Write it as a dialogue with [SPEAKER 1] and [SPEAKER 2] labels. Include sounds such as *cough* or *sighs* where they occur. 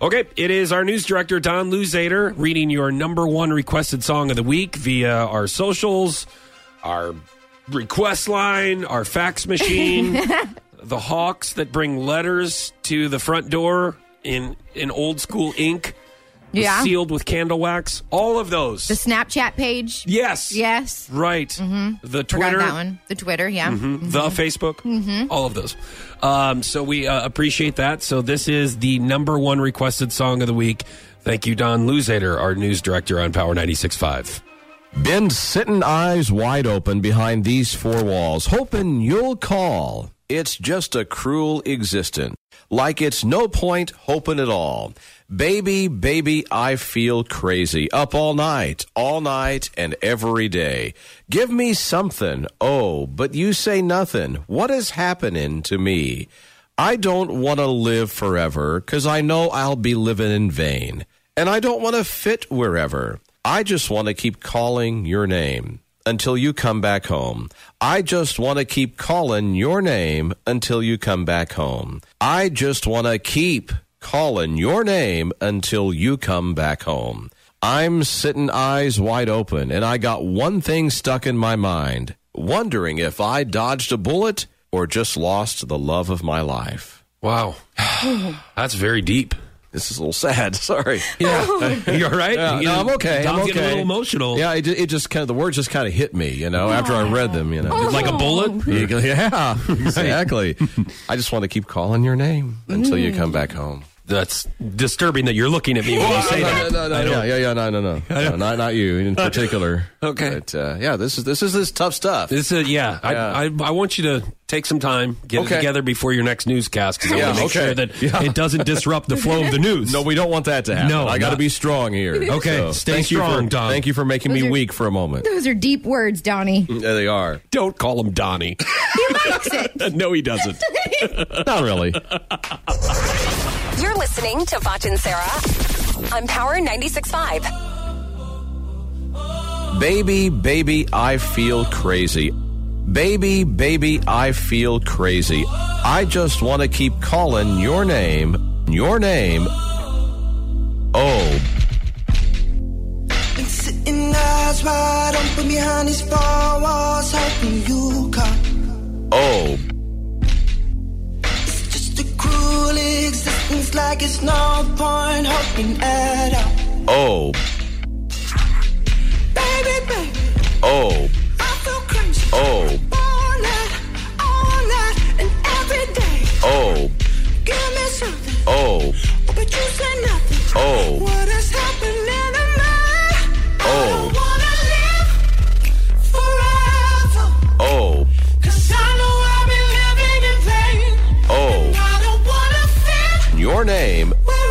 [SPEAKER 1] Okay, it is our news director, Don Luzader, reading your number one requested song of the week via our socials, our request line, our fax
[SPEAKER 2] *laughs*
[SPEAKER 1] machine, the hawks that bring letters to the front door in, in old school ink,
[SPEAKER 2] Yeah.
[SPEAKER 1] sealed with candle wax, all of those.
[SPEAKER 2] The Snapchat page.
[SPEAKER 1] yes.
[SPEAKER 2] Yes.
[SPEAKER 1] Right. The
[SPEAKER 2] Mm-hmm. Forgot
[SPEAKER 1] Twitter. Mm-hmm.
[SPEAKER 2] that one. The Twitter, yeah.
[SPEAKER 1] the Facebook, all of those. Um, so we uh, appreciate that. So this is the number one requested song of the week. Thank you, Don Luzader, our news director on Power 96.5.
[SPEAKER 3] Been sitting eyes wide open behind these four walls, hoping you'll call. It's just a cruel existence. Like it's no point hoping at all. Baby, baby, I feel crazy. Up all night, all night, and every day. Give me something, oh, but you say nothing. What is happening to me? I don't want to live forever, 'cause I know I'll be living in vain. And I don't want to fit wherever. I just want to keep calling your name until you come back home. I just want to keep calling your name until you come back home. I just want to keep calling your name until you come back home. I'm sitting eyes wide open, and I got one thing stuck in my mind, wondering if I dodged a bullet or just lost the love of my life.
[SPEAKER 1] Wow. *sighs* That's very deep.
[SPEAKER 3] This is a little sad. *laughs* Sorry.
[SPEAKER 1] *laughs* Yeah. You're right.
[SPEAKER 3] Yeah, no, I'm okay.
[SPEAKER 1] Don's
[SPEAKER 3] I'm
[SPEAKER 1] getting
[SPEAKER 3] okay.
[SPEAKER 1] a little emotional.
[SPEAKER 3] Yeah, it, ju- it just kind of the words just kind of hit me, you know, after I read them, you know. It's
[SPEAKER 1] Like a bullet?
[SPEAKER 3] *laughs* You
[SPEAKER 1] *laughs*
[SPEAKER 3] go, yeah, exactly. I just want to keep calling your name until you come back home.
[SPEAKER 1] That's disturbing that you're looking at me when
[SPEAKER 3] *laughs*
[SPEAKER 1] you say that.
[SPEAKER 3] no, no, yeah, yeah, yeah, no, no, no, no, not not you
[SPEAKER 1] *laughs*
[SPEAKER 3] in particular.
[SPEAKER 1] Okay.
[SPEAKER 3] but uh, yeah, this is this is this tough stuff.
[SPEAKER 1] This is, yeah,
[SPEAKER 3] Yeah.
[SPEAKER 1] I, I, I want you to take some time, get
[SPEAKER 3] Okay.
[SPEAKER 1] it together before your next newscast because I
[SPEAKER 3] Yeah,
[SPEAKER 1] want to make
[SPEAKER 3] okay.
[SPEAKER 1] sure that
[SPEAKER 3] Yeah.
[SPEAKER 1] it doesn't disrupt the flow of
[SPEAKER 3] *laughs*
[SPEAKER 1] the news.
[SPEAKER 3] no, we don't want that to happen.
[SPEAKER 1] No,
[SPEAKER 3] I got to
[SPEAKER 1] not-
[SPEAKER 3] be strong here.
[SPEAKER 1] *laughs* Okay, stay
[SPEAKER 3] thank You
[SPEAKER 1] strong,
[SPEAKER 3] for,
[SPEAKER 1] Don.
[SPEAKER 3] Thank you for making me
[SPEAKER 2] Those are-
[SPEAKER 3] weak for a moment.
[SPEAKER 2] Those are deep words, Donnie.
[SPEAKER 3] There
[SPEAKER 1] *laughs*
[SPEAKER 3] they are.
[SPEAKER 1] don't call him Donnie. *laughs* no, he doesn't.
[SPEAKER 3] Not really.
[SPEAKER 4] You're listening to Foch and Sarah on Power 96.5.
[SPEAKER 3] Baby, baby, I feel crazy. Baby, baby, I feel crazy. I just want to keep calling your name, your name. Oh,
[SPEAKER 5] Been sitting eyes wide open behind these four walls, hoping you come.
[SPEAKER 3] oh,
[SPEAKER 5] It's just a cruel existence, like it's no point hoping at
[SPEAKER 3] oh,
[SPEAKER 5] all. Baby, baby,
[SPEAKER 3] oh,
[SPEAKER 5] I feel crazy.
[SPEAKER 3] oh,
[SPEAKER 5] All night, all night, and every day.
[SPEAKER 3] oh,
[SPEAKER 5] Give me something,
[SPEAKER 3] oh,
[SPEAKER 5] but you say nothing.
[SPEAKER 3] oh.
[SPEAKER 5] What is happening to me? I
[SPEAKER 3] Oh.
[SPEAKER 5] don't wanna live forever.
[SPEAKER 3] Oh,
[SPEAKER 5] 'Cause I know I've been living in vain.
[SPEAKER 3] oh,
[SPEAKER 5] I don't wanna feel
[SPEAKER 3] your name, oh,
[SPEAKER 5] where